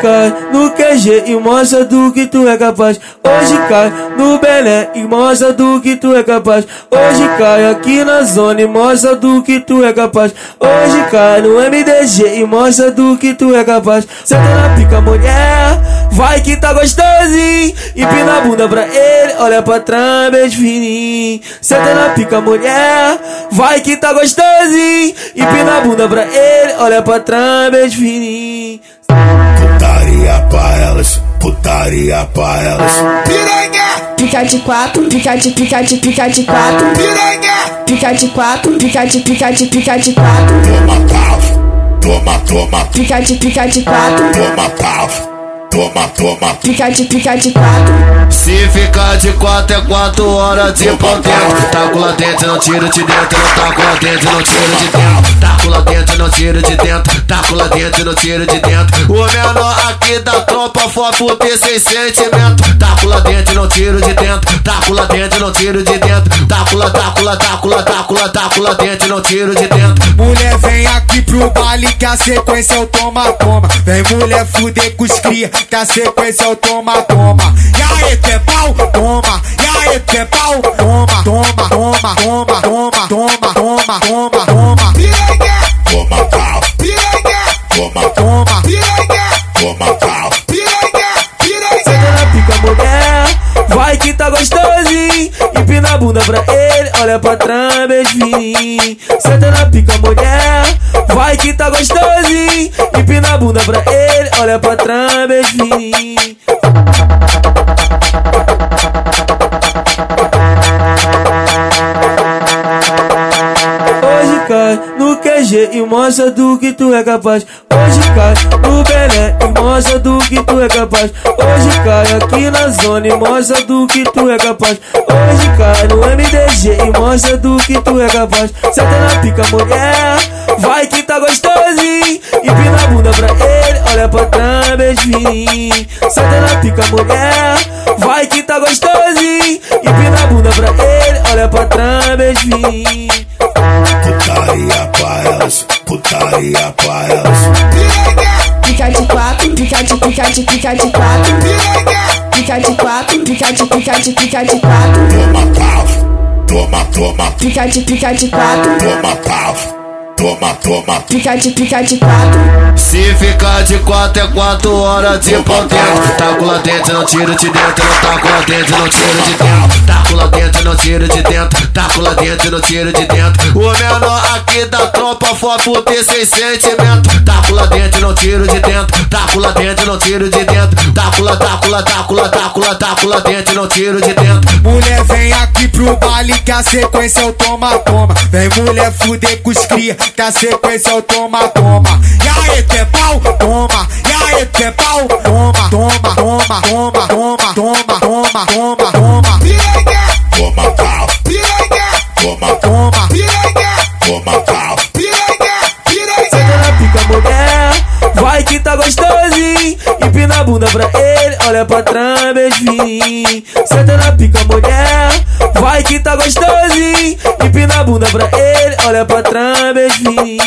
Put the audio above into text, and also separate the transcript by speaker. Speaker 1: cai no QG e mostra do que tu é capaz. Hoje cai no Belém e mostra do que tu é capaz. Hoje cai aqui na zona e mostra do que tu é capaz. Hoje cai no MDG e mostra do que tu é capaz. Senta na pica, mulher, vai que tá gostosinho. Empina a bunda pra ele, olha pra trás, beijo fininho. Senta na pica, mulher, vai que tá gostosinho. Empina a bunda pra ele, olha pra trás, beijo fininho.
Speaker 2: Putaria pra elas, putaria pra elas. Piranha!
Speaker 3: Fica de quatro, fica de fica de fica de quatro,
Speaker 2: Piranha!
Speaker 3: fica de quatro, fica de fica de fica de quatro,
Speaker 2: Toma pau, toma, toma,
Speaker 3: fica de fica de quatro,
Speaker 2: toma pau, toma, toma.
Speaker 3: fica de fica de quatro.
Speaker 4: Se ficar de quatro é quatro horas de pau dentro. Taco lá dentro, não tiro de dentro. Não taco lá dentro, não tiro de dentro. Taco lá dentro, não tiro de dentro. Taco lá dentro, não tiro de dentro. O menor aqui da tropa fofo P sem sentimento. Taco Tá lá dentro, não tiro de dentro. Taco lá dentro, não tiro de dentro. Taco lá, taco lá, taco lá, taco lá, taco lá dentro, não tiro de dentro.
Speaker 5: Mulher, vem aqui pro baile que a sequência é o toma, toma. Vem mulher fuder com os cria que a sequência é o toma, toma. E aí, tu é pau? Toma. E aí, tu é pau? Toma, toma, toma, toma, toma, toma, toma, toma, toma.
Speaker 2: Piranha! Toma pau, piranha! Toma,
Speaker 5: Toma.
Speaker 2: piranha! Toma pau, piranha!
Speaker 1: Senta
Speaker 2: Piranha!
Speaker 1: na pica, mulher, vai que tá gostosinho. Empina a bunda pra ele, olha pra trás, beijo fininho. Senta na pica, mulher, vai que tá gostosinho. Empina a bunda pra ele, olha pra trás, beijo fininho. Hoje cai no QG e mostra do que tu é capaz. Hoje cai no Belém e mostra do que tu é capaz. Hoje cai aqui na zona e mostra do que tu é capaz. Hoje cai no MDG e mostra do que tu é capaz. Senta na pica, mulher, vai que tá gostosinho. Empina a bunda pra ele, olha pra trás, beijo fininho. Senta na pica, mulher, vai que tá gostosinho. Empina a bunda pra ele, olha pra trás, beijo fininho.
Speaker 2: Putaria pra elas, putaria pra elas. Piranha!
Speaker 3: Fica de quatro, fica de fica de fica de quatro,
Speaker 2: Piranha!
Speaker 3: fica de quatro, fica de fica de fica de quatro,
Speaker 2: Toma pau, toma, toma,
Speaker 3: fica de fica de quatro,
Speaker 2: toma pau, toma, toma.
Speaker 3: fica de fica de quatro,
Speaker 4: Se ficar de quatro é quatro horas de pau dentro. Taco lá dentro, não tiro de dentro. Não taco lá dentro, não tiro de dentro. Taco lá dentro, não tiro de dentro. Taco lá dentro, não tiro de dentro. O menor aqui da tropa fofo P sem sentimento. Taco lá dentro, não tiro de dentro. Taco lá dentro, não tiro de dentro. Taco lá, taco lá, taco lá, taco lá, taco lá dentro, não tiro de dentro.
Speaker 5: Mulher, vem aqui pro baile que a sequência é o toma, toma. Vem mulher fuder com os cria que a sequência é o toma, toma. E aí, tu é pau? Toma. E aí, tu é pau? Toma, toma, toma, toma, toma, toma, toma, toma, toma.
Speaker 2: Piranha! Toma pau, piranha! Toma,
Speaker 5: Toma.
Speaker 2: piranha! Toma pau, piranha!
Speaker 1: Senta
Speaker 2: Piranha!
Speaker 1: na pica, mulher, vai que tá gostosinho. Empina a bunda pra ele, olha pra trás, beijo fininho. Senta na pica, mulher, vai que tá gostosinho. Empina a bunda pra ele, olha pra trás, beijo fininho.